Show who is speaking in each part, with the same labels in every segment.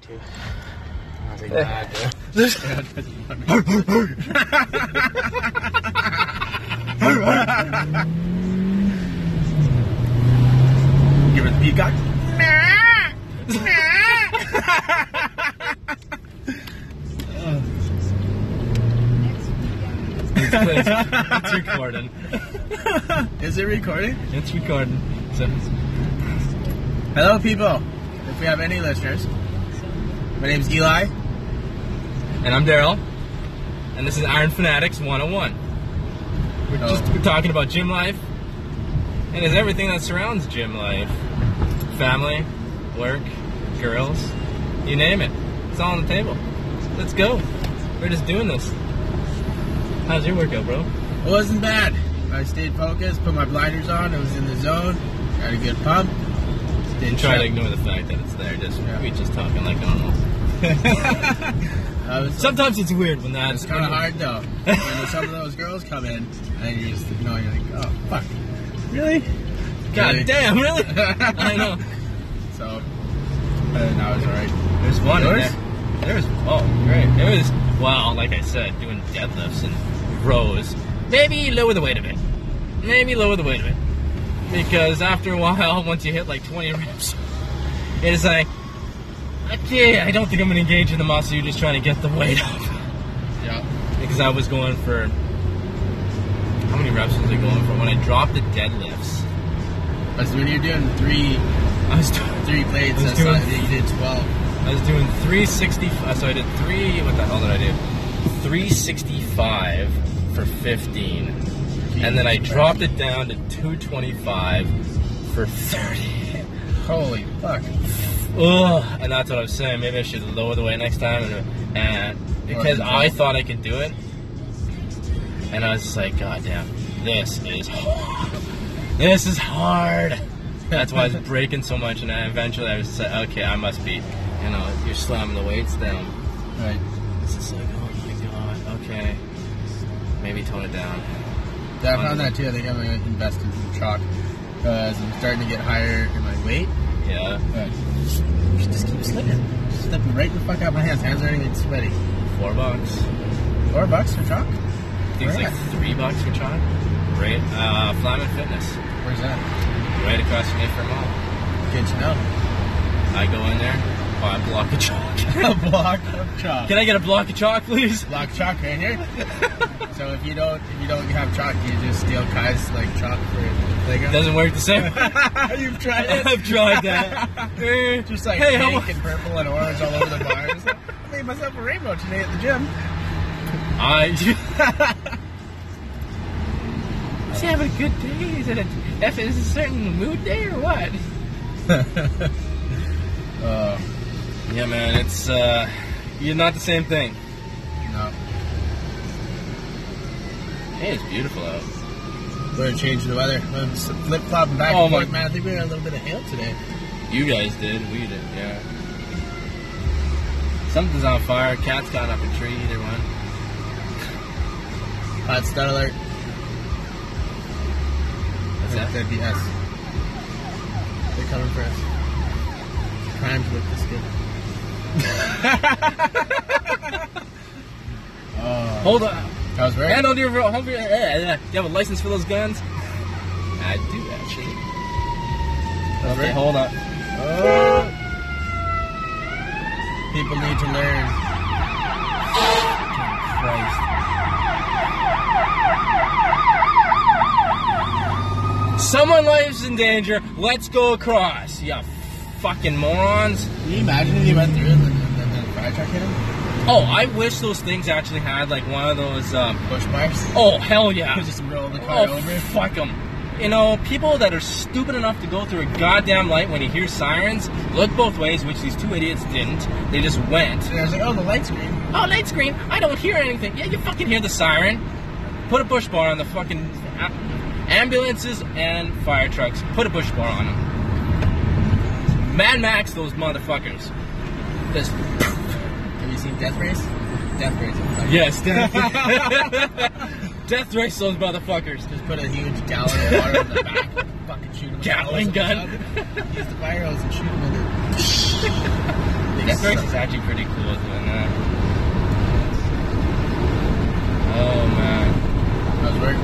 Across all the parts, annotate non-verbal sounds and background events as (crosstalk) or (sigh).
Speaker 1: too. I was like, nah, dude.
Speaker 2: Give it the peacock.
Speaker 3: it's recording.
Speaker 2: Is it recording?
Speaker 3: It's recording. So,
Speaker 2: Hello, people. If we have any listeners, my name's Eli.
Speaker 3: and I'm Daryl, and this is Iron Fanatics 101. We're
Speaker 2: Oh.
Speaker 3: just we're talking about gym life, and is everything that surrounds gym life, family, work, girls, you name it. It's all on the table. Let's go. We're just doing this. How's your workout, bro?
Speaker 2: It wasn't bad. I stayed focused, put my blinders on. I was in the zone. Got a good pump.
Speaker 3: Didn't try to ignore the fact that it's there. Just
Speaker 2: Yeah.
Speaker 3: we just talking like normal.
Speaker 2: I was
Speaker 3: Sometimes it's weird when that's
Speaker 2: It's kind of hard though. when some of those girls come in, and you just ignore. You're like, oh fuck. Really?
Speaker 3: God
Speaker 2: Really?
Speaker 3: damn, really?
Speaker 2: (laughs)
Speaker 3: I know.
Speaker 2: So, but no, it was alright.
Speaker 3: There's one in
Speaker 2: Yours?
Speaker 3: there. There was oh great. There was wow, like I said, doing deadlifts and rows. Maybe lower the weight a bit. Maybe lower the weight a bit. Because after a while, (laughs) once you hit like 20 reps, it's like, okay, I don't think I'm gonna engage in the muscle. You're just trying to get the weight up. (laughs)
Speaker 2: Yeah.
Speaker 3: Because I was going for how many reps was I going for when I dropped the deadlifts?
Speaker 2: But when you're doing three,
Speaker 3: I was (laughs) doing
Speaker 2: three plates,
Speaker 3: I was
Speaker 2: that's not,
Speaker 3: doing-
Speaker 2: you did twelve.
Speaker 3: I was doing 365. So I did three. What the hell did I do? 365 for 15. And then I dropped it down to 225 for 30.
Speaker 2: Holy fuck.
Speaker 3: Ugh. And that's what I was saying. Maybe I should lower the weight next time. And, and because I thought I could do it. And I was just like, God damn, this is hard. This is hard. That's why I was breaking so much. And I eventually I was just like, okay, I must be, you know, you're slamming the weights down.
Speaker 2: Right.
Speaker 3: It's just like, oh my god, okay. Maybe tone it down.
Speaker 2: Yeah, I found that too. I think I'm gonna invest in some chalk because I'm starting to get higher in my weight.
Speaker 3: Yeah,
Speaker 2: But you should just keep slipping, slipping right the fuck out my hands. Hands are getting sweaty.
Speaker 3: four bucks.
Speaker 2: Four bucks for chalk?
Speaker 3: I think it's like three bucks for China. Right? Uh, Flyman Fitness.
Speaker 2: Where's that?
Speaker 3: Right across from Mayfair Mall.
Speaker 2: Good to know. (laughs)
Speaker 3: I go in there, buy a block of chalk.
Speaker 2: A block of chalk.
Speaker 3: (laughs) Can I get a block of chalk, please?
Speaker 2: block chalk right here. (laughs) so if you don't, if you don't have chalk, you just steal Kai's like chalk for the playground.
Speaker 3: Doesn't work the same.
Speaker 2: (laughs)
Speaker 3: (laughs)
Speaker 2: You've tried
Speaker 3: I've tried that. (laughs) Eh,
Speaker 2: Just like
Speaker 3: hey, how
Speaker 2: pink
Speaker 3: mu-
Speaker 2: and purple and orange all over the
Speaker 3: (laughs)
Speaker 2: bar. Just like, I made myself a rainbow today at the gym.
Speaker 3: I. Is he having a good day? Is it a, if it's a certain mood day or (laughs) what?
Speaker 2: Uh,
Speaker 3: Yeah, man, it's uh, you're not the same thing.
Speaker 2: no.
Speaker 3: Hey, it's beautiful out.
Speaker 2: We're changing the weather. I'm flip flopping back
Speaker 3: Oh
Speaker 2: and
Speaker 3: my-
Speaker 2: forth, man. I think we had a little bit of hail today.
Speaker 3: You guys did, we did, yeah. Something's on fire. Cat's got up a tree. Either one.
Speaker 2: Hot start alert.
Speaker 3: What's
Speaker 2: That'd,
Speaker 3: that?
Speaker 2: be us. They're coming for us. Crimes look this good. uh,
Speaker 3: Hold on.
Speaker 2: I was right.
Speaker 3: And on your hold your. eh, eh, You have a license for those guns? I do actually.
Speaker 2: That's
Speaker 3: Okay,
Speaker 2: right.
Speaker 3: hold on.
Speaker 2: People need to learn.
Speaker 3: Christ. Someone lives in danger. Let's go across. You fucking morons.
Speaker 2: Can you imagine if he went through and then, then, then the fire truck hit him?
Speaker 3: Oh, I wish those things actually had like one of those. Um,
Speaker 2: Bush fires?
Speaker 3: oh hell
Speaker 2: (laughs)
Speaker 3: yeah.
Speaker 2: Just roll the car
Speaker 3: Oh
Speaker 2: over.
Speaker 3: fuck them. You know, people that are stupid enough to go through a goddamn light when you hear sirens, look both ways, which these two idiots didn't. They just went.
Speaker 2: And I was like, oh, the light's green.
Speaker 3: Oh, light screen. I don't hear anything. Yeah, you fucking hear the siren. Put a bush bar on the fucking a- ambulances and fire trucks. Put a bush bar on them. Mad Max those motherfuckers. Just
Speaker 2: Have you seen Death Race? Death Race. I'm sorry.
Speaker 3: yes, (laughs) death. death race those motherfuckers.
Speaker 2: Just put a huge gallon of water on the (laughs) back. Fucking shoot him.
Speaker 3: Gallon gun.
Speaker 2: Use the fire hose and shoot him in the. they (laughs)
Speaker 3: Death Race is actually pretty cool doing that. Oh man,
Speaker 2: How's work?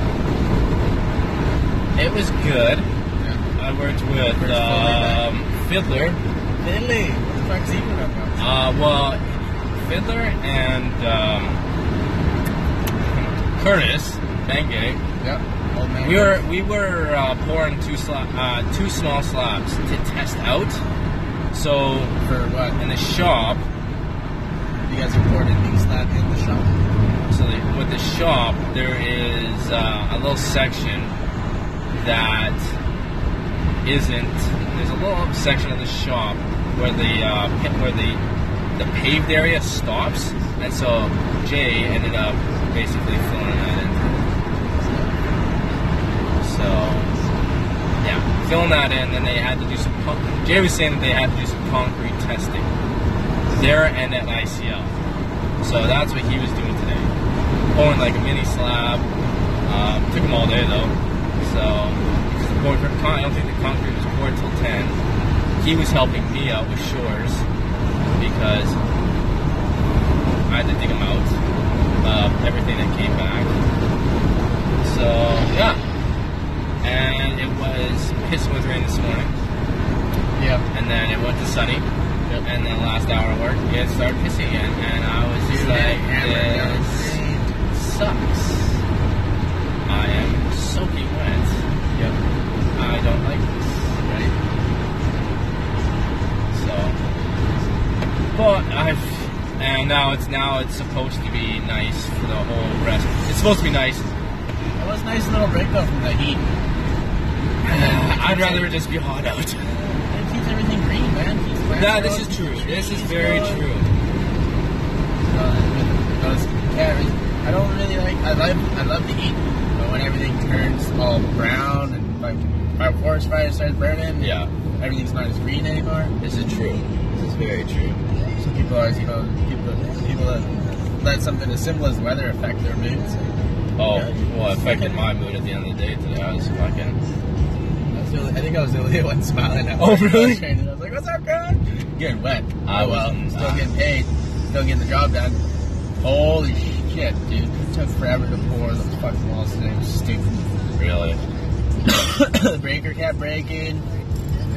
Speaker 3: it was good.
Speaker 2: Yeah.
Speaker 3: I worked with
Speaker 2: Where's
Speaker 3: um, Fiddler.
Speaker 2: Lily, what the fuck's he doing up now?
Speaker 3: Uh, well, Fiddler and um, Curtis Bengay.
Speaker 2: Yeah. Old man.
Speaker 3: We were we were uh, pouring two sla- uh, two small slabs to test out. So
Speaker 2: for what?
Speaker 3: in the shop,
Speaker 2: You guys imported these that in the shop.
Speaker 3: so the, with the shop there is uh, a little section that isn't. There's a little section of the shop where the uh, pit, where the the paved area stops, and so Jay ended up basically filling that in. So, yeah, filling that in, then they had to do some. Con- Jay was saying that they had to do some concrete testing there and at ICL. So that's what he was doing today. Pouring like a mini slab. Um, took him all day though. So, because the poured, I don't think the concrete was poured till 10. He was helping me out with shores because I had to dig him out. Uh, everything that came back. So, yeah and it was pissing with rain this morning,
Speaker 2: Yeah.
Speaker 3: and then it went to sunny, and then last hour of work it started pissing again, and I was just like, this sucks. I am soaking wet.
Speaker 2: Yep.
Speaker 3: I don't like this.
Speaker 2: Right.
Speaker 3: So, but I've and now it's now it's supposed to be nice for the whole rest. It's supposed to be nice.
Speaker 2: That was a nice little break though from the heat.
Speaker 3: I'd rather it just be hot out.
Speaker 2: It keeps everything green, man. Keeps plants
Speaker 3: No, this
Speaker 2: growing,
Speaker 3: is true. This is
Speaker 2: trees
Speaker 3: very
Speaker 2: growing.
Speaker 3: true.
Speaker 2: Uh, those carrots. I don't really like. I love. I love to eat, but when everything turns all brown and like our forest fire starts burning,
Speaker 3: Yeah,
Speaker 2: everything's not as green anymore.
Speaker 3: this is true. This is very true.
Speaker 2: So people always, you know, people, people that let something as simple as weather affect their moods.
Speaker 3: Oh, well, it affected my mood at the end of the day today. I was fucking.
Speaker 2: I, was the only- I think I was the only (laughs) one smiling. At
Speaker 3: Oh,
Speaker 2: work. I (laughs)
Speaker 3: really?
Speaker 2: was, training. I was like, "What's up, girl? Getting wet.
Speaker 3: I
Speaker 2: oh well,
Speaker 3: wasn't,
Speaker 2: still
Speaker 3: uh,
Speaker 2: getting paid, still getting the job done. Holy shit, dude! It took forever to pour the fucking walls today. It was stupid.
Speaker 3: Really?
Speaker 2: the (coughs) breaker kept breaking.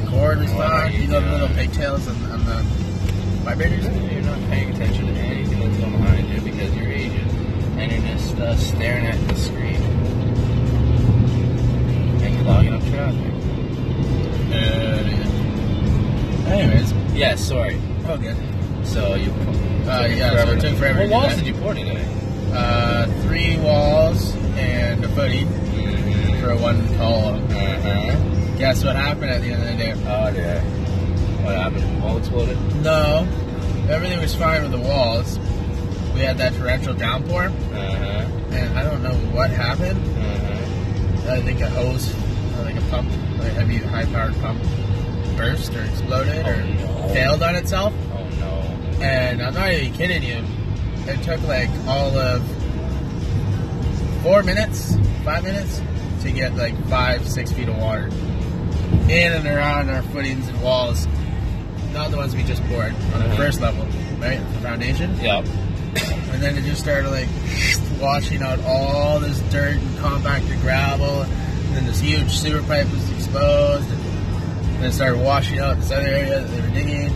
Speaker 2: Cord was
Speaker 3: Oh,
Speaker 2: locked. You know the little
Speaker 3: yeah.
Speaker 2: pigtails and, and the vibrators.
Speaker 3: You're not paying attention to anything that's going behind you because you're Asian and you're just uh, staring at the screen. And you're logging up traffic.
Speaker 2: Uh, yeah. Anyways,
Speaker 3: Yeah, sorry.
Speaker 2: oh good.
Speaker 3: So you.
Speaker 2: Uh, yeah, so it took forever
Speaker 3: What
Speaker 2: to
Speaker 3: walls
Speaker 2: do
Speaker 3: did you pour today?
Speaker 2: Uh, three walls and a footy
Speaker 3: Mm-hmm.
Speaker 2: for a one tall.
Speaker 3: Uh-huh.
Speaker 2: Guess what happened at the end of the day?
Speaker 3: Oh, yeah. What happened? All exploded?
Speaker 2: No, everything was fine with the walls. We had that torrential downpour,
Speaker 3: Uh-huh.
Speaker 2: and I don't know what happened.
Speaker 3: Uh-huh.
Speaker 2: I think a hose, uh, like a pump, like a heavy, high-powered pump, burst or exploded or
Speaker 3: Oh, no.
Speaker 2: failed on itself.
Speaker 3: Oh, no.
Speaker 2: And I'm not even kidding you. It took like all of four minutes, five minutes to get like five, six feet of water in and around our footings and walls. Not the ones we just poured on the
Speaker 3: Mhm.
Speaker 2: first level, right? The foundation.
Speaker 3: Yep.
Speaker 2: And then it just started like washing out all this dirt and compacted gravel. And then this huge sewer pipe was exposed. And then it started washing out this other area that they were digging.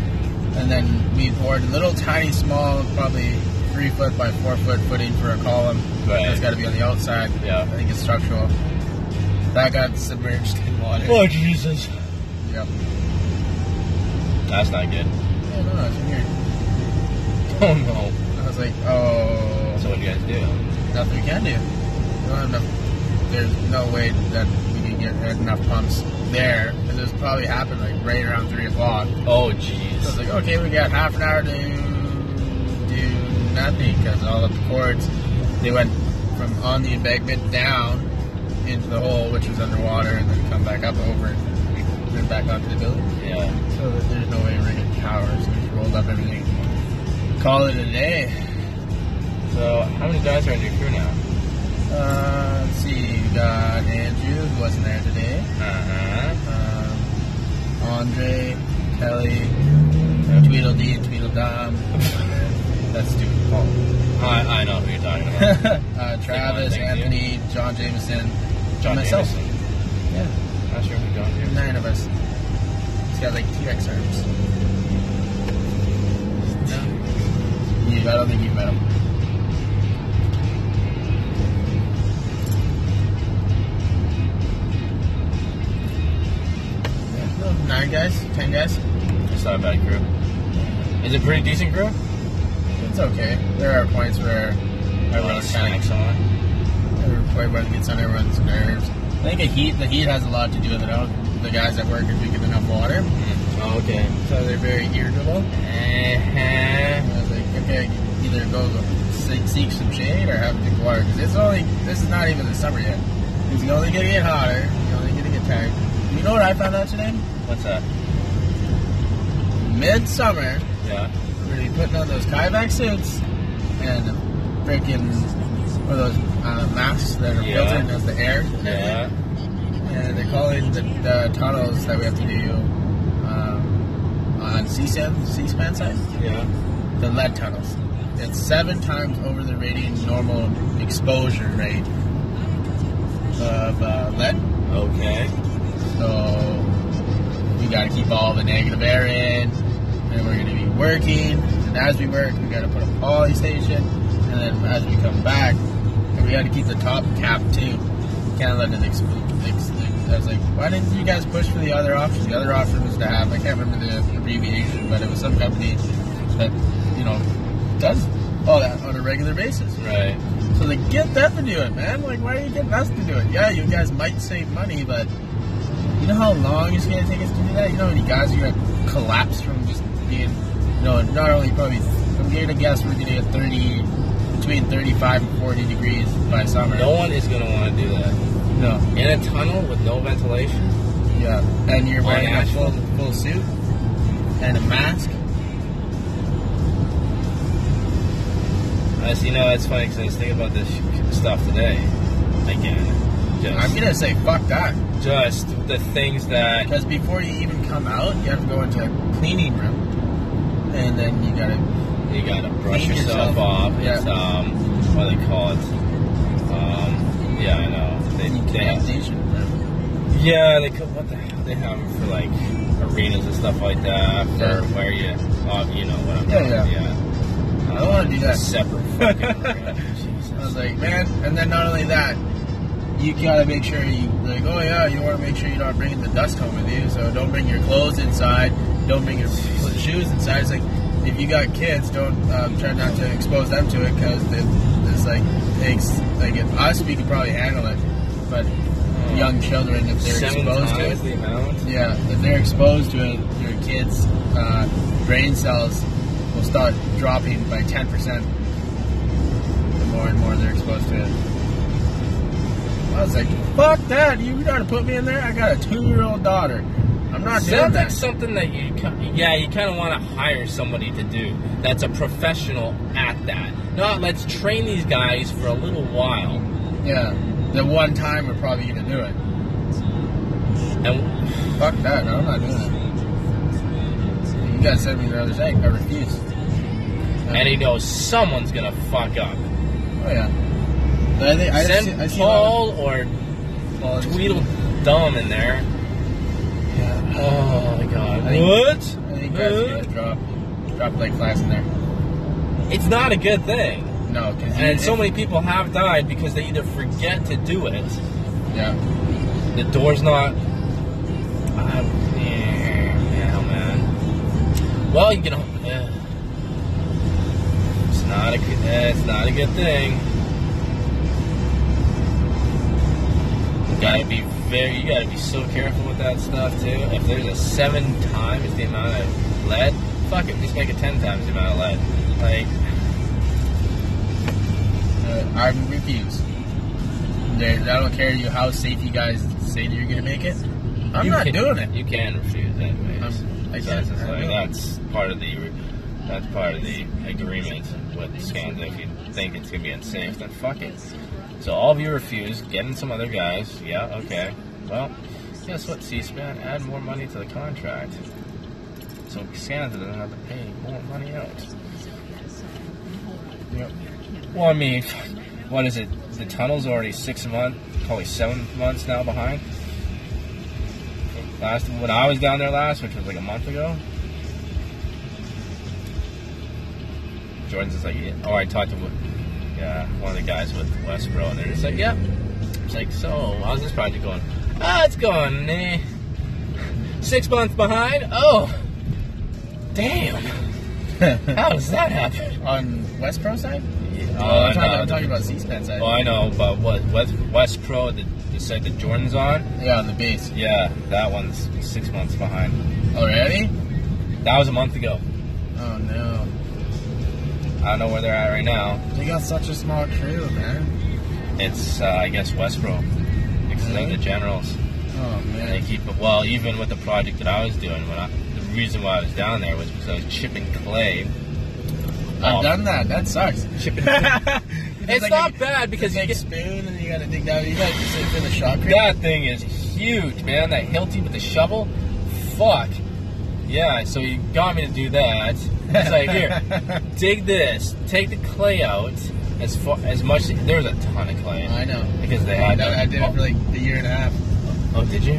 Speaker 2: And then we poured a little tiny, small, probably three foot by four foot footing for a column.
Speaker 3: Right.
Speaker 2: That's got to be on the outside.
Speaker 3: Yeah.
Speaker 2: I think it's structural. That got submerged in water.
Speaker 3: Jesus.
Speaker 2: Yep.
Speaker 3: That's not good.
Speaker 2: Yeah, no, it's weird.
Speaker 3: Oh no.
Speaker 2: I was like, oh.
Speaker 3: So what do you guys do?
Speaker 2: nothing we can do. We don't have enough. There's no way that we can get enough pumps there, and this probably happened like right around three o'clock.
Speaker 3: Oh
Speaker 2: So I was (laughs)
Speaker 3: jeez.
Speaker 2: like, okay, we got half an hour to do nothing because all of the cords they went from on the embankment down into the hole, which was underwater, and then come back up over and then back onto the building.
Speaker 3: Yeah.
Speaker 2: So that there's no way we're gonna cower, so we just rolled up everything. Call it a day.
Speaker 3: So how many guys are in your crew now?
Speaker 2: Uh, let's see, we got Andrew, who wasn't there today.
Speaker 3: Uh huh.
Speaker 2: Um, Andre, Kelly,
Speaker 3: That's
Speaker 2: Tweedledee and Tweedledum. (laughs) That's stupid. Paul. (laughs)
Speaker 3: I, I know who you're talking about.
Speaker 2: uh, Travis,
Speaker 3: Thank you.
Speaker 2: Anthony, John Jameson,
Speaker 3: John
Speaker 2: and myself.
Speaker 3: Jameson.
Speaker 2: Yeah,
Speaker 3: Not sure who John Jameson.
Speaker 2: nine of us. He's got like T Rex arms. You, I don't think you've met him. Yeah, no, Nine guys, ten guys.
Speaker 3: It's not a bad group. Is it a pretty decent group?
Speaker 2: It's okay. There are points where everyone's kind of
Speaker 3: on it.
Speaker 2: Everyone gets on everyone's nerves. I think the heat, the heat has a lot to do with it. All the guys at work are drinking enough water,
Speaker 3: Oh, okay.
Speaker 2: so they're very irritable. And
Speaker 3: Uh-huh.
Speaker 2: I was like, okay, either go seek, seek some shade or have to drink water because it's only this is not even the summer yet. It's only gonna get hotter. It's only gonna get tired. You know what I found out today?
Speaker 3: What's that?
Speaker 2: Midsummer,
Speaker 3: Yeah.
Speaker 2: we're gonna be putting on those Tyvek suits and freaking or those uh, masks that are
Speaker 3: Yeah.
Speaker 2: filtering as the air.
Speaker 3: Yeah.
Speaker 2: and they're calling the, the tunnels that we have to do um, on C-SPAN, C-SPAN side
Speaker 3: Yeah.
Speaker 2: the lead tunnels. It's seven times over the rating normal exposure rate of uh, lead.
Speaker 3: Okay.
Speaker 2: So we got to keep all the negative air in, and we're going to be working. And as we work, we got to put a poly station, and then as we come back, we got to keep the top cap too. Can't let it explode. Ex- I was like, why didn't you guys push for the other option? The other option was to have I can't remember the abbreviation, but it was some company that you know does all that on a regular basis.
Speaker 3: Right.
Speaker 2: So they get them to do it, man. Like, why are you getting us to do it? Yeah, you guys might save money, but you know how long it's gonna take us to do that? You know how many guys are gonna collapse from just being, you know, not only probably. I'm gonna guess we're gonna get 30, between 35 and 40 degrees by summer.
Speaker 3: No one is gonna want to do that.
Speaker 2: No.
Speaker 3: In a tunnel with no ventilation.
Speaker 2: Yeah. And you're
Speaker 3: On
Speaker 2: wearing a full,
Speaker 3: asphalt?
Speaker 2: full suit and a mask.
Speaker 3: I see. You know, it's funny because I was thinking about this sh- stuff today. Again, just,
Speaker 2: I'm gonna say fuck that
Speaker 3: just the things that
Speaker 2: because before you even come out, you have to go into a cleaning room, and then you gotta
Speaker 3: you gotta brush
Speaker 2: Clean
Speaker 3: yourself,
Speaker 2: yourself.
Speaker 3: off.
Speaker 2: Yeah.
Speaker 3: It's um, what do they call it? Um, yeah, I know. They,
Speaker 2: you
Speaker 3: they have,
Speaker 2: contamination. room.
Speaker 3: yeah, they could, what the hell they have it for like arenas and stuff like that for
Speaker 2: Yeah.
Speaker 3: where you, uh, you know what I'm
Speaker 2: Yeah,
Speaker 3: talking-
Speaker 2: yeah.
Speaker 3: yeah.
Speaker 2: I don't wanna do that. (laughs)
Speaker 3: Separate. fucking arena. Jesus.
Speaker 2: I was like, man, and then not only that, you gotta make sure you like, oh yeah, you want to make sure you're not bringing the dust home with you, so don't bring your clothes inside, don't bring your shoes inside. It's like if you got kids, don't um, try not to expose them to it because it, it's like takes like if us we could probably handle it, but
Speaker 3: Oh.
Speaker 2: young children if they're
Speaker 3: Seven
Speaker 2: exposed to it,
Speaker 3: times the amount.
Speaker 2: yeah, if they're exposed to it, your kids' uh, brain cells will start dropping by 10% the more and more they're exposed to it. I was like, fuck that. You gotta put me in there? I got a two year old daughter. I'm not doing
Speaker 3: Sounds like
Speaker 2: that.
Speaker 3: something that you, ki- yeah, you kind of want to hire somebody to do that's a professional at that. Not let's train these guys for a little while.
Speaker 2: Yeah. The one time we're probably gonna do it.
Speaker 3: And
Speaker 2: Fuck that. I'm not doing it. You guys send me the other day. I refuse.
Speaker 3: and he knows someone's gonna fuck up.
Speaker 2: Oh, yeah. I think, I
Speaker 3: Send
Speaker 2: see, I see a lot
Speaker 3: Paul or
Speaker 2: of qualities.
Speaker 3: Tweedledum in there.
Speaker 2: Yeah.
Speaker 3: Oh my god.
Speaker 2: I think-
Speaker 3: what?
Speaker 2: I think guys are gonna
Speaker 3: Huh?
Speaker 2: drop, drop like flies in there.
Speaker 3: It's not a good thing.
Speaker 2: No, 'cause you-
Speaker 3: And so many people have died because they either forget to do it,
Speaker 2: Yeah,
Speaker 3: the door's not. I- yeah, man. Well, you can. Yeah. It's not a. good- eh, It's not a good thing. You gotta be very. You gotta be so careful with that stuff too. If there's a seven times the amount of lead, fuck it, just make it ten times the amount of lead. Like,
Speaker 2: uh, I refuse. They, I don't care you how safe you guys say that you're gonna make it. I'm
Speaker 3: you
Speaker 2: not
Speaker 3: can-
Speaker 2: doing it.
Speaker 3: You can refuse anyways.
Speaker 2: I'm- I
Speaker 3: So
Speaker 2: can't-
Speaker 3: it's just
Speaker 2: I
Speaker 3: like,
Speaker 2: know.
Speaker 3: that's part of the that's part of the agreement with Scanza. If you think it's gonna be unsafe, then fuck it. So all of you refuse, get in some other guys. Yeah, okay. Well, guess what, C-SPAN? Add more money to the contract. So Santa doesn't have to pay more money out.
Speaker 2: Yep.
Speaker 3: Well, I mean, what is it? The tunnel's already six months, probably seven months now behind. Last when I was down there last, which was like a month ago. Jordan's just like, yeah. oh, I talked to uh, one of the guys with Westboro, and they're just like, yep. It's like, so how's this project going? Ah, it's going eh, six months behind. Oh, damn! (laughs) How does that happen?
Speaker 2: On West Pro side?
Speaker 3: Yeah,
Speaker 2: Oh, I'm,
Speaker 3: uh,
Speaker 2: talking,
Speaker 3: no, Oh.
Speaker 2: I'm talking about C-SPAN side.
Speaker 3: Well, I know, but what West, West Pro, the, the site that Jordan's on,
Speaker 2: yeah, on the base.
Speaker 3: yeah, that one's six months behind.
Speaker 2: Already?
Speaker 3: That was a month ago.
Speaker 2: Oh no.
Speaker 3: I don't know where they're at right now.
Speaker 2: They got such a small crew, man.
Speaker 3: It's, uh, I guess, West Pro because they're the generals.
Speaker 2: Oh
Speaker 3: And they
Speaker 2: man.
Speaker 3: keep it well, even with the project that I was doing. When I, the reason why I was down there was because I was chipping clay.
Speaker 2: I've
Speaker 3: Um,
Speaker 2: done that. That sucks.
Speaker 3: Chipping.
Speaker 2: it's
Speaker 3: it's not bad because you
Speaker 2: big
Speaker 3: get,
Speaker 2: spoon and you gotta dig down. You gotta sit for the shock creek.
Speaker 3: That thing is huge, man. That Hilti with the shovel. Fuck. Yeah, so you got me to do that. It's like, (laughs) here, dig this. Take the clay out as far as much. There was a ton of clay
Speaker 2: I know.
Speaker 3: because they
Speaker 2: I,
Speaker 3: had.
Speaker 2: done,
Speaker 3: the-
Speaker 2: Oh, I did it for like a year and a half.
Speaker 3: oh, did you?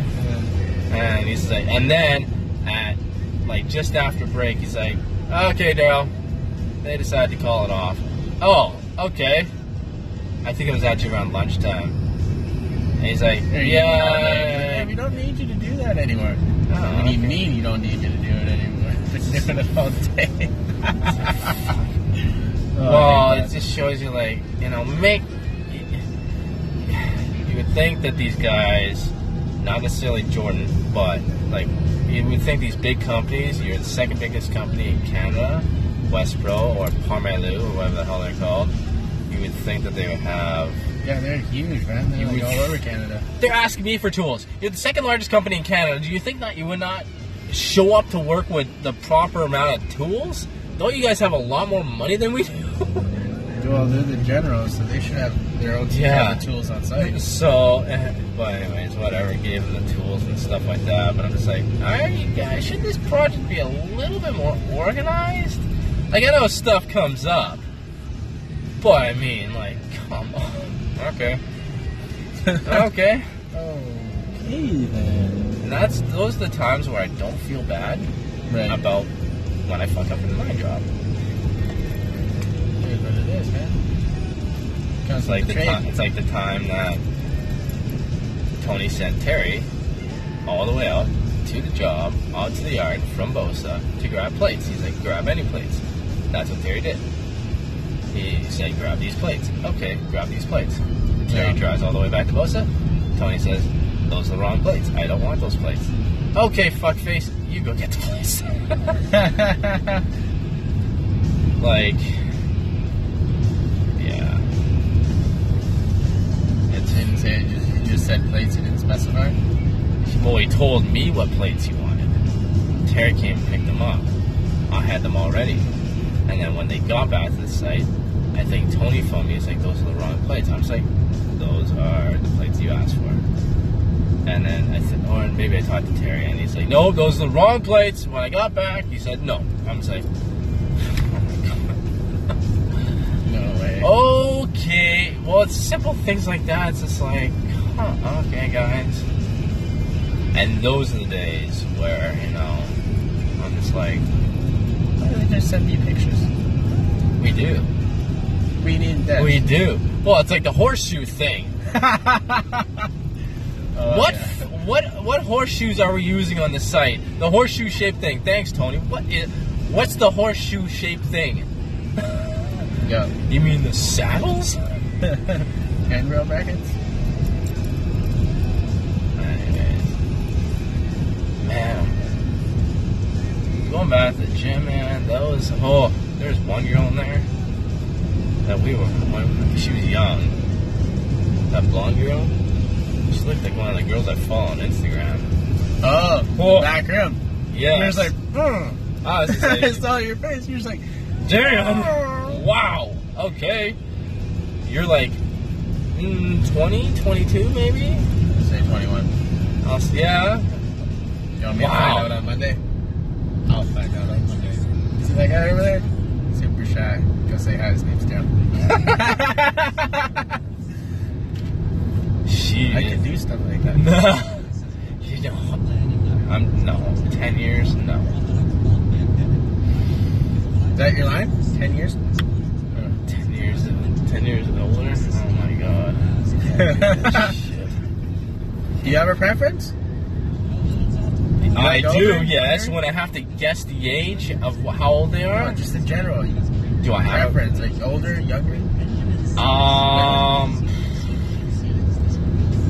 Speaker 3: And he's like, and then at like just after break, he's like, okay, Daryl, they decided to call it off. Oh, okay. I think it was actually around lunchtime. And he's like,
Speaker 2: There you go.
Speaker 3: yeah.
Speaker 2: We don't need you to do that anymore.
Speaker 3: Oh,
Speaker 2: What do you
Speaker 3: okay.
Speaker 2: mean you don't need me to do it anymore? (laughs) Been doing it all day. (laughs) Oh,
Speaker 3: Well, it just shows you, like, you know, make. You would think that these guys, not necessarily Jordan, but, like, you would think these big companies, you're the second biggest company in Canada, Westpro or Parmalu or whatever the hell they're called, you would think that they would have.
Speaker 2: yeah, they're huge, man. They're like all over Canada.
Speaker 3: They're asking me for tools. You're the second largest company in Canada. Do you think that you would not show up to work with the proper amount of tools? Don't you guys have a lot more money than we do?
Speaker 2: Well, they're the generals, so they should have their own
Speaker 3: Yeah.
Speaker 2: tools on site.
Speaker 3: So, eh, but anyways, whatever. Gave him the tools and stuff like that. But I'm just like, all right, you guys, should this project be a little bit more organized? Like, I know stuff comes up, but I mean, like, (laughs) come on. (laughs) Okay. okay.
Speaker 2: Okay, then.
Speaker 3: And that's those are the times where I don't feel bad
Speaker 2: Right.
Speaker 3: about when I fuck up in my job.
Speaker 2: Here's what it is, man. Comes
Speaker 3: It's like
Speaker 2: with
Speaker 3: the
Speaker 2: trade.
Speaker 3: time, it's like the time that Tony sent Terry all the way out to the job, out to the yard from Bosa to grab plates. He's like, grab any plates. That's what Terry did. He said, grab these plates. Okay, grab these plates. Terry
Speaker 2: Yeah.
Speaker 3: drives all the way back to Bosa. Tony says, those are the wrong plates. I don't want those plates. Okay, fuckface, you go get the plates. (laughs) like, yeah. It's
Speaker 2: Didn't say it, just, you just said plates. You didn't specify.
Speaker 3: Well, he told me what plates he wanted. Terry came and picked them up. I had them already. And then when they got back to the site, I think Tony phoned me. He's like, those are the wrong plates. I was like, those are the plates you asked for. And then I said, or maybe I talked to Terry, and he's like, no, those are the wrong plates. When I got back, he said, no. I was like,
Speaker 2: No way.
Speaker 3: okay. Well, it's simple things like that. It's just like, huh, okay, guys. And those are the days where, you know, I'm just like,
Speaker 2: Why do they just send me pictures?
Speaker 3: we do.
Speaker 2: We need that.
Speaker 3: We do. Well, it's like the horseshoe thing.
Speaker 2: Oh,
Speaker 3: what
Speaker 2: yeah.
Speaker 3: what what horseshoes are we using on the site? The horseshoe shaped thing. Thanks, Tony. What is what's the horseshoe shaped thing?
Speaker 2: Yeah.
Speaker 3: You mean the saddles?
Speaker 2: Handrail brackets.
Speaker 3: Man, going back to the gym, man, that was oh, there's one girl in there that we were when she was young. That blonde girl, she looked like one of the girls I follow on Instagram.
Speaker 2: Oh,
Speaker 3: Well-
Speaker 2: back room.
Speaker 3: Yeah,
Speaker 2: There's like, mm.
Speaker 3: (laughs) I was
Speaker 2: (laughs)
Speaker 3: just like,
Speaker 2: it's all your face. You're just like, "Hmm."
Speaker 3: Um, damn, wow, okay, you're like mm, 20, 22 maybe.
Speaker 2: say 21.
Speaker 3: I'll, s- yeah,
Speaker 2: You want me to
Speaker 3: Wow.
Speaker 2: find out on Monday? I'll find out on Monday. See that guy over there? Super shy. Go say hi. His name's
Speaker 3: (laughs)
Speaker 2: Joe.
Speaker 3: Shit.
Speaker 2: I can do stuff like (laughs) that.
Speaker 3: (laughs) No. You don't. I'm no. Ten years? No.
Speaker 2: Is that your line? Ten
Speaker 3: (laughs)
Speaker 2: years?
Speaker 3: Ten years. Ten years older. Oh my
Speaker 2: (laughs)
Speaker 3: god. Shit.
Speaker 2: Do you have a preference?
Speaker 3: I
Speaker 2: know
Speaker 3: do.
Speaker 2: them?
Speaker 3: Yes. When I have to guess the age of wh- how old they
Speaker 2: Or
Speaker 3: are.
Speaker 2: just in general?
Speaker 3: Do I have?
Speaker 2: Preference, like older, younger?
Speaker 3: Um.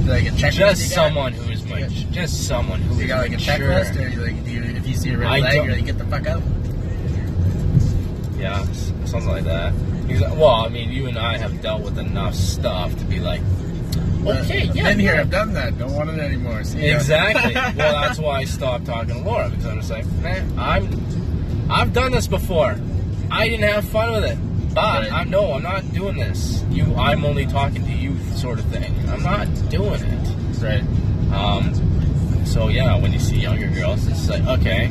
Speaker 2: Like a checklist? you
Speaker 3: Just
Speaker 2: got?
Speaker 3: someone who is my. Just someone who
Speaker 2: You
Speaker 3: is
Speaker 2: got like a
Speaker 3: mature.
Speaker 2: checklist, or you like, do you, if you see a red
Speaker 3: I
Speaker 2: light,
Speaker 3: don't-
Speaker 2: you're like, get the fuck out.
Speaker 3: Yeah, s- something like that. Because, well, I mean, you and I have dealt with enough stuff to be like, uh, okay,
Speaker 2: I've
Speaker 3: yeah,
Speaker 2: Been here, I've done that. Don't want it anymore. See ya.
Speaker 3: exactly. well, that's why I stopped talking to Laura because I'm just like, man, I'm, I've done this before. I didn't have fun with it. But
Speaker 2: Right.
Speaker 3: I no, I'm not doing this. You, I'm only talking to you, sort of thing. I'm not doing it.
Speaker 2: right.
Speaker 3: Um, so yeah, when you see younger girls, it's like okay,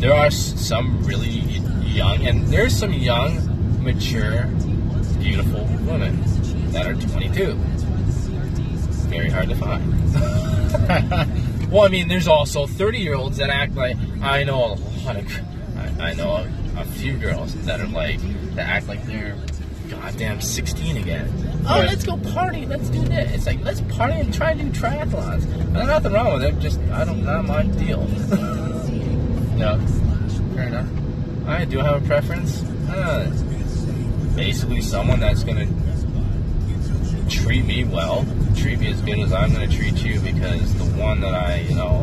Speaker 3: there are s- some really young, and there's some young, mature, beautiful women that are 22. Very hard to find. (laughs) well, I mean, there's also 30 year olds that act like I know a lot of, gr- I, I know a, a few girls that are like that act like they're goddamn 16 again. Oh,
Speaker 2: Right.
Speaker 3: let's go party. Let's do this. It's like let's party and try to do triathlons. There's nothing wrong with it. Just I don't not my deal. (laughs) no,
Speaker 2: Fair enough.
Speaker 3: I do have a preference. Uh, basically, someone that's gonna treat me well, treat me as good as I'm gonna treat you, because the one that I, you know,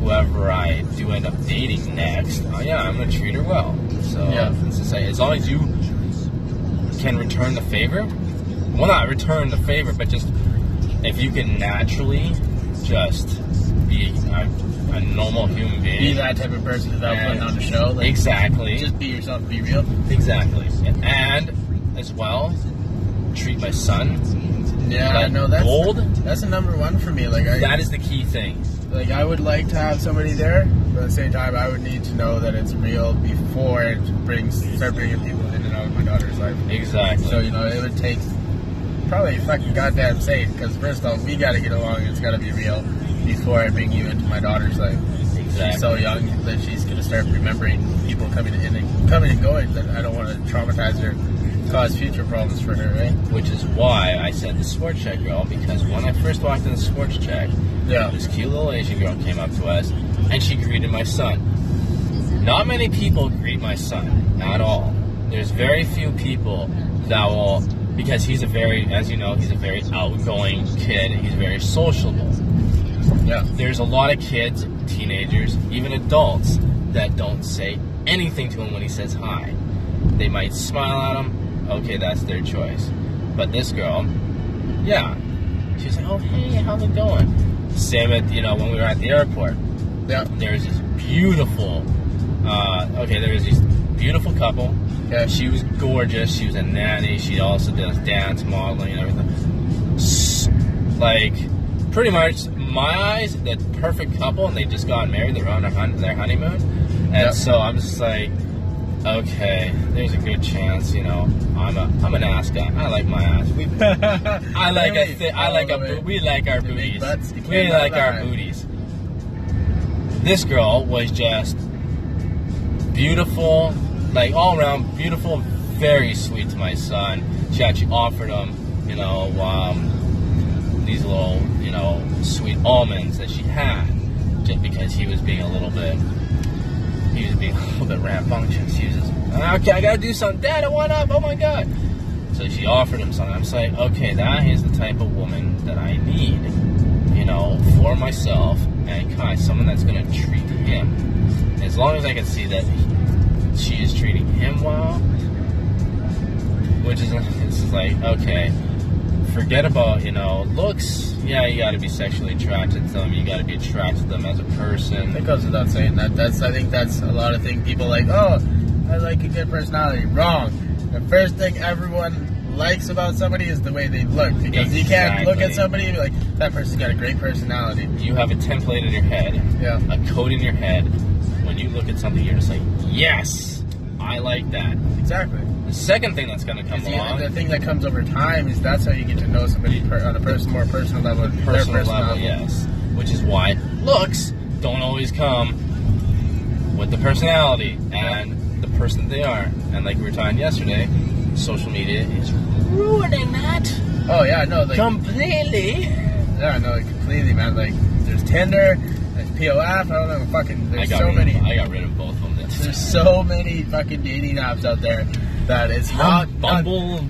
Speaker 3: whoever I do end up dating next, uh, yeah, I'm gonna treat her well. So
Speaker 2: Yeah.
Speaker 3: it's just like, as long as you can return the favor, well, not return the favor, but just if you can naturally just be a, a normal human being.
Speaker 2: Be that type of person without
Speaker 3: Yeah.
Speaker 2: putting on the show. Like,
Speaker 3: Exactly.
Speaker 2: Just be yourself. Be real.
Speaker 3: Exactly. And as well, treat my son
Speaker 2: Yeah,
Speaker 3: like
Speaker 2: no, that's
Speaker 3: gold.
Speaker 2: that's a number one for me. Like I
Speaker 3: That is the key thing.
Speaker 2: like I would like to have somebody there, but at the same time, I would need to know that it's real before it brings start bringing people in and out of my daughter's life.
Speaker 3: Exactly.
Speaker 2: So you know, it would take probably fucking goddamn safe because first off, we gotta get along. It's gotta be real before I bring you into my daughter's life.
Speaker 3: exactly.
Speaker 2: She's so young that she's gonna start remembering people coming in and coming and going. That I don't want to traumatize her, cause future problems for her. Right?
Speaker 3: Which is why I said the sports check girl because when I first walked in the sports check,
Speaker 2: Yeah.
Speaker 3: this cute little Asian girl came up to us and she greeted my son. Not many people greet my son at all. There's very few people that will, because he's a very, as you know, he's a very outgoing kid. He's very sociable.
Speaker 2: Yeah.
Speaker 3: there's a lot of kids, teenagers, even adults that don't say anything to him when he says hi. They might smile at him. Okay, that's their choice. But this girl, yeah, she's like, "Oh, hey, how's it going?" Same at you know when we were at the airport
Speaker 2: (laughs) Yeah.
Speaker 3: there's this beautiful uh, okay there was this beautiful couple
Speaker 2: Yeah.
Speaker 3: she was gorgeous she was a nanny she also does dance modeling and everything S- like pretty much my eyes the perfect couple and they just got married they're on their, hun- their honeymoon and
Speaker 2: Yeah.
Speaker 3: so i'm just like okay there's a good chance you know i'm a i'm an ass guy i like my ass we I like a thi- I like a boo- we like our
Speaker 2: The big
Speaker 3: booties.
Speaker 2: butts, you
Speaker 3: We
Speaker 2: can't
Speaker 3: like
Speaker 2: have
Speaker 3: our
Speaker 2: that.
Speaker 3: booties. This girl was just beautiful, like all around beautiful, very sweet to my son. She actually offered him, you know, um, these little, you know, sweet almonds that she had, just because he was being a little bit, he was being (laughs) a little bit rambunctious. He was just, okay, I gotta do something, Dad. What up? Oh my God! So she offered him something. I'm just like, okay, that is the type of woman that I need, you know, for myself and kind someone that's gonna treat him. As long as I can see that she is treating him well, which is it's just like, okay, forget about, you know, looks. Yeah, you gotta be sexually attracted to them, you gotta be attracted to them as a
Speaker 2: It
Speaker 3: person.
Speaker 2: goes without saying that. That's I think that's a lot of things people like. Oh, I like a good personality. Wrong. The first thing everyone likes about somebody is the way they look because you can't look at
Speaker 3: Exactly.
Speaker 2: somebody and be like that person's got a great personality.
Speaker 3: You have a template in your head,
Speaker 2: Yeah.
Speaker 3: a code in your head. When you look at something, you're just like, yes, I like that.
Speaker 2: Exactly.
Speaker 3: The second thing that's going to come
Speaker 2: Because the,
Speaker 3: along,
Speaker 2: the thing that comes over time is that's how you get to know somebody per, on a person more personal level. their
Speaker 3: personal level,
Speaker 2: personality.
Speaker 3: yes. Which is why looks don't always come with the personality and the person they are. And like we were talking yesterday, social media is ruining that
Speaker 2: Oh yeah, no, like
Speaker 3: completely.
Speaker 2: yeah, no, like, completely, man. Like there's Tinder, there's POF. I don't know, fucking.
Speaker 3: I
Speaker 2: There's
Speaker 3: got
Speaker 2: so
Speaker 3: rid
Speaker 2: many.
Speaker 3: Of, I got rid of both of them.
Speaker 2: there's so many fucking dating apps out there that it's not
Speaker 3: Bum-
Speaker 2: not-
Speaker 3: Bumble,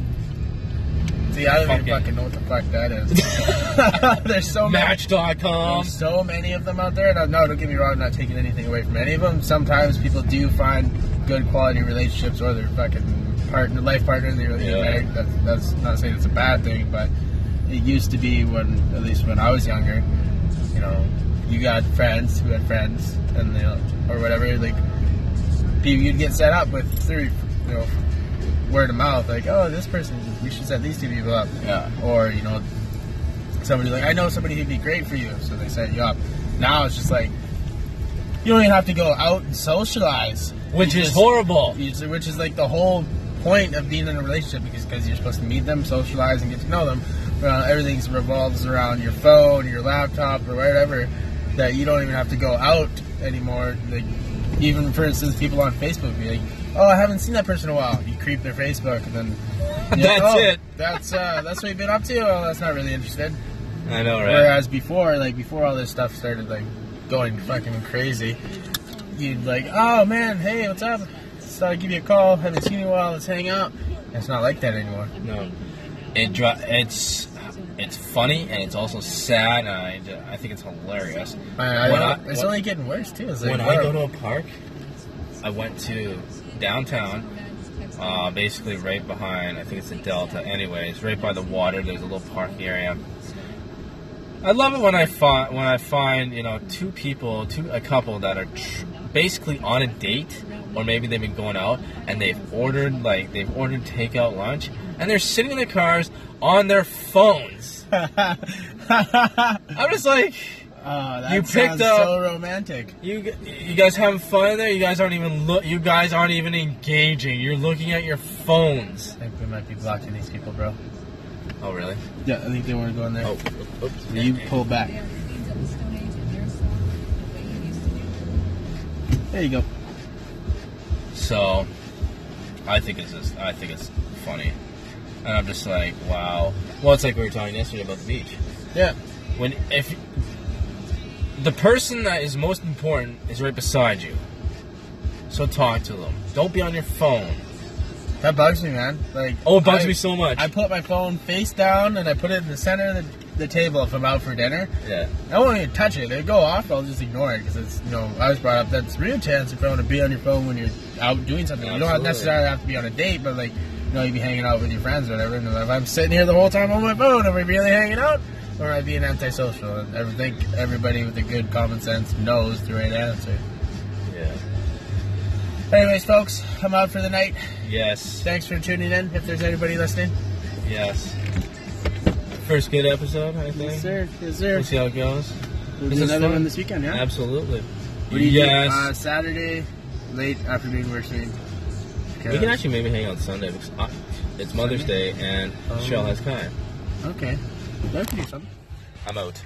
Speaker 2: See, I don't
Speaker 3: Fucking-
Speaker 2: even fucking know what the fuck that is. (laughs) There's so many,
Speaker 3: Match.com.
Speaker 2: there's so many of them out there. No, no, don't get me wrong. I'm not taking anything away from any of them. Sometimes people do find good quality relationships, or their fucking partner, life partner, they really
Speaker 3: Yeah.
Speaker 2: get married. That's, that's not saying it's a bad thing, but it used to be when, at least when I was younger, you know, you got friends who had friends, and they or whatever, like you- you'd get set up with through, you know, word of mouth, like, oh, this person, we should set these two people up.
Speaker 3: Yeah.
Speaker 2: Or, you know, somebody like, I know somebody who'd be great for you, so they set you up. Now it's just like, you don't even have to go out and socialize.
Speaker 3: Which
Speaker 2: You
Speaker 3: is
Speaker 2: just-
Speaker 3: horrible.
Speaker 2: you just- Which is like the whole point of being in a relationship because cause you're supposed to meet them, socialize, and get to know them. Well, everything revolves around your phone, your laptop, or whatever, that you don't even have to go out anymore. Like, even for instance, people on Facebook be like, oh, I haven't seen that person in a while. You creep their Facebook, and
Speaker 3: (laughs)
Speaker 2: then. you're like,
Speaker 3: That's
Speaker 2: "Oh,
Speaker 3: it."
Speaker 2: That's uh, that's what you've been up to. Oh, that's not really interested.
Speaker 3: I know, right?
Speaker 2: Whereas before, like before all this stuff started like going fucking crazy, you'd like, oh man, hey, what's up? Just thought I'd give you a call. Haven't seen you in a while. Let's hang out. It's not like that anymore.
Speaker 3: No, it dri it's it's funny and it's also sad, and I, ju- I think it's hilarious.
Speaker 2: I, I
Speaker 3: When
Speaker 2: don't-
Speaker 3: I-
Speaker 2: it's
Speaker 3: when-
Speaker 2: only getting worse too. It's like,
Speaker 3: When I
Speaker 2: wow.
Speaker 3: go to a park, I went to downtown, uh, basically right behind. I think it's the Delta. Anyways, right by the water, there's a little parking area. I love it when I find when I find you know two people, two a couple that are tr- basically on a date, or maybe they've been going out and they've ordered like they've ordered takeout lunch, and they're sitting in their cars on their phones. I'm just like,
Speaker 2: (laughs) oh, that
Speaker 3: You
Speaker 2: sounds
Speaker 3: picked up-
Speaker 2: so romantic.
Speaker 3: you g- you guys having fun there? You guys aren't even look. You guys aren't even engaging. You're looking at your phones.
Speaker 2: I think we might be blocking these people, bro.
Speaker 3: Oh really?
Speaker 2: Yeah, I think they want to go in there.
Speaker 3: Oh, oops.
Speaker 2: You pull back. There you go.
Speaker 3: So, I think it's just, I think it's funny, and I'm just like, wow. Well, it's like we were talking yesterday about the beach.
Speaker 2: Yeah.
Speaker 3: When if the person that is most important is right beside you, so talk to them. Don't be on your phone.
Speaker 2: That bugs me, man. Like,
Speaker 3: Oh, it bugs
Speaker 2: I-
Speaker 3: me so much.
Speaker 2: I put my phone face down and I put it in the center of the, the table if I'm out for dinner.
Speaker 3: yeah.
Speaker 2: I won't even touch it. It'll go off. I'll just ignore it because it's you know I was brought up that's real chance if you want to be on your phone when you're out doing something. You don't
Speaker 3: Absolutely.
Speaker 2: necessarily have to be on a date, but like you know you'd be hanging out with your friends or whatever. And if I'm sitting here the whole time on my phone, am I really hanging out or am I being antisocial? And I think everybody with a good common sense knows the right answer.
Speaker 3: Yeah.
Speaker 2: Anyways, folks, I'm out for the night.
Speaker 3: Yes.
Speaker 2: Thanks for tuning in. If there's anybody listening,
Speaker 3: Yes. First good episode, I think.
Speaker 2: Yes,
Speaker 3: We'll
Speaker 2: sir.
Speaker 3: see how it goes.
Speaker 2: We'll
Speaker 3: This
Speaker 2: do
Speaker 3: is
Speaker 2: another
Speaker 3: fun.
Speaker 2: one this weekend, yeah.
Speaker 3: Absolutely.
Speaker 2: What do you
Speaker 3: yes.
Speaker 2: do? Uh, Saturday, late afternoon work stream.
Speaker 3: we can actually maybe hang out Sunday because uh, it's Mother's Day and
Speaker 2: Oh.
Speaker 3: Cheryl has time.
Speaker 2: Okay. That could be something.
Speaker 3: I'm out.